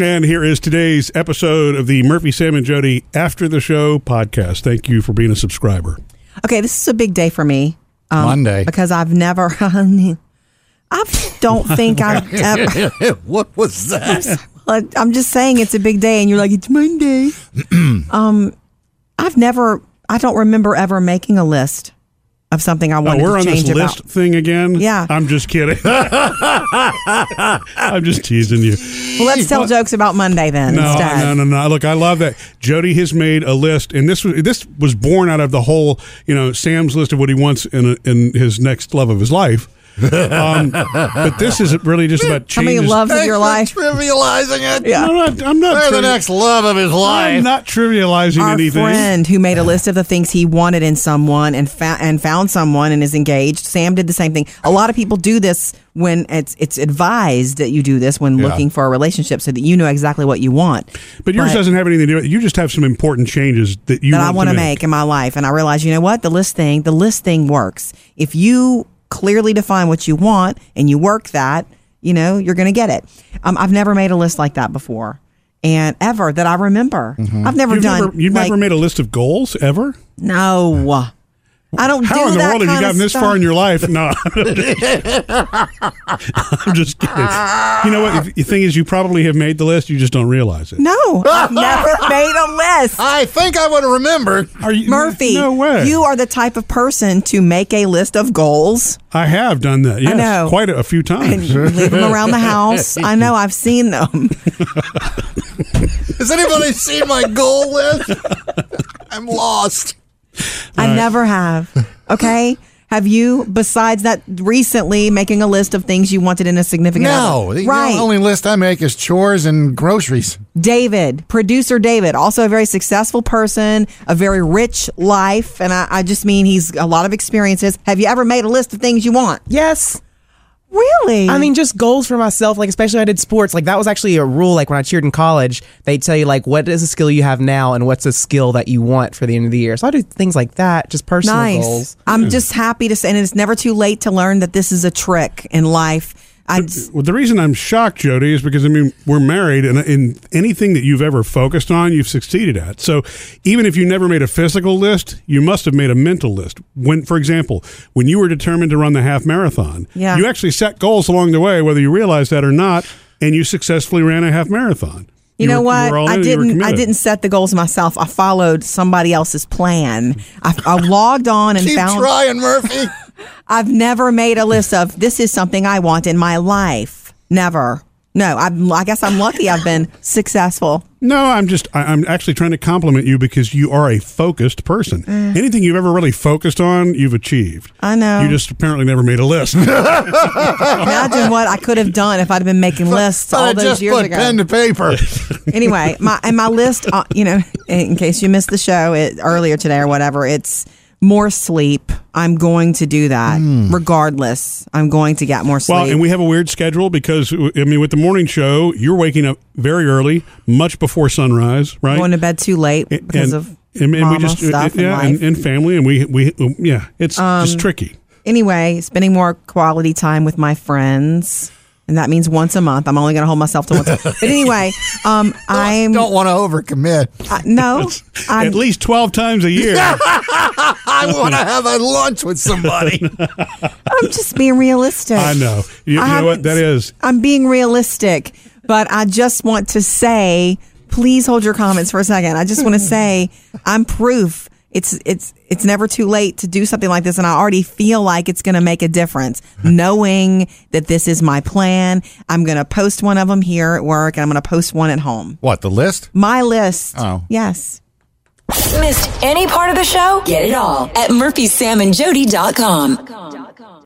And here is today's episode of the Murphy, Sam, and Jody After the Show podcast. Thank you for being a subscriber. Okay, this is a big day for me. Um, Monday. Because I've never, I don't think I've ever. what was that? Like, I'm just saying it's a big day, and you're like, it's Monday. um, I've never, I don't remember ever making a list of something I Oh, wanted we're to on this change about. list thing again? Yeah. I'm just kidding. I'm just teasing you. Well, let's tell jokes about Monday then No, instead. no, no, no. Look, I love that. Jody has made a list, and this was this was born out of the whole, you know, Sam's list of what he wants in a, in his next love of his life. Um, but this is really just about How many changes. loves of your life? Trivializing it. Yeah. Oh, I'm not. I'm not They're the trivi- next love of his I'm life. not trivializing Our anything. friend who made a list of the things he wanted in someone and fa- and found someone and is engaged. Sam did the same thing. A lot of people do this when it's it's advised that you do this when Yeah. looking for a relationship so that you know exactly what you want. But yours But- doesn't have anything to do with it. You just have some important changes that you that I want want to make in my life. And I realize, you know what? The list thing, the list thing works. If you clearly define what you want and you work that, you know, you're going to get it. Um, I've never made a list like that before and ever that I remember. I've never Mm-hmm. You've, done. never, you've like, never made a list of goals ever. No. I don't do How in the that world have you kinda gotten this stuff. far in your life? No, I'm just kidding. You know what? If- The thing is, you probably have made the list. You just don't realize it. No, I've never made a list. I think I would have remembered. Are you Murphy, No way. you are the type of person to make a list of goals I have done that. Yes, know. quite a, a few and times. leave them around the house. I know I've seen them. Has anybody seen my goal list? I'm lost. I never have. Okay. Have you, besides that, recently making a list of things you wanted in a significant No, other? the Right. only list I make is chores and groceries. David, producer David, also a very successful person, a very rich life. And I, I just mean he's a lot of experiences. Have you ever made a list of things you want? Yes. Really? I mean, just goals for myself. Like, especially when I did sports. Like, that was actually a rule. Like, when I cheered in college, they tell you, like, what is a skill you have now and what's a skill that you want for the end of the year. So I do things like that, just personal nice. goals. Mm. I'm just happy to say, and it's never too late to learn that this is a trick in life. I just, Well, the reason I'm shocked, Jody, is because I mean we're married, and, and anything that you've ever focused on, you've succeeded at. So, even if you never made a physical list, you must have made a mental list. When, for example, when you were determined to run the half marathon, Yeah. you actually set goals along the way, whether you realized that or not, and you successfully ran a half marathon. You, know were- what? were all I in, you were didn't. I committed. didn't set the goals myself. I followed somebody else's plan. I, I logged on and Keep found. trying, Murphy. I've never made a list of this is something I want in my life. Never. No. I'm, I guess I'm lucky. I've been successful. No, I'm just I, I'm actually trying to compliment you because you are a focused person. Anything you've ever really focused on, you've achieved. Mm. I know. You just apparently never made a list. Imagine what I could have done if I'd been making lists But I all those just years put ago. pen to paper. anyway, my and my list, uh, you know, in case you missed the show it, earlier today or whatever, it's more sleep. I'm going to do that regardless. I'm going to get more sleep. Hmm. well, and we have a weird schedule because I mean, with the morning show, you're waking up very early, much before sunrise, right? going to bed too late because and, of and, and mama we just uh, stuff yeah, and life. Um, and, and family, and we we yeah, it's just tricky. anyway, spending more quality time with my friends. And that means once a month. I'm only going to hold myself to once. a But anyway, um, I'm Don't want to overcommit. I- no. I'm, At least twelve times a year. I want to have a lunch with somebody. I'm just being realistic. I know. You, I you know what haven't- that is. I'm being realistic, but I just want to say, please hold your comments for a second. I just want to say, I'm proof. It's it's it's never too late to do something like this, and I already feel like it's going to make a difference. Knowing that this is my plan, I'm going to post one of them here at work, and I'm going to post one at home. What, the list? My list. Oh. yes. Missed any part of the show? Get it all at murphysamandjody.com.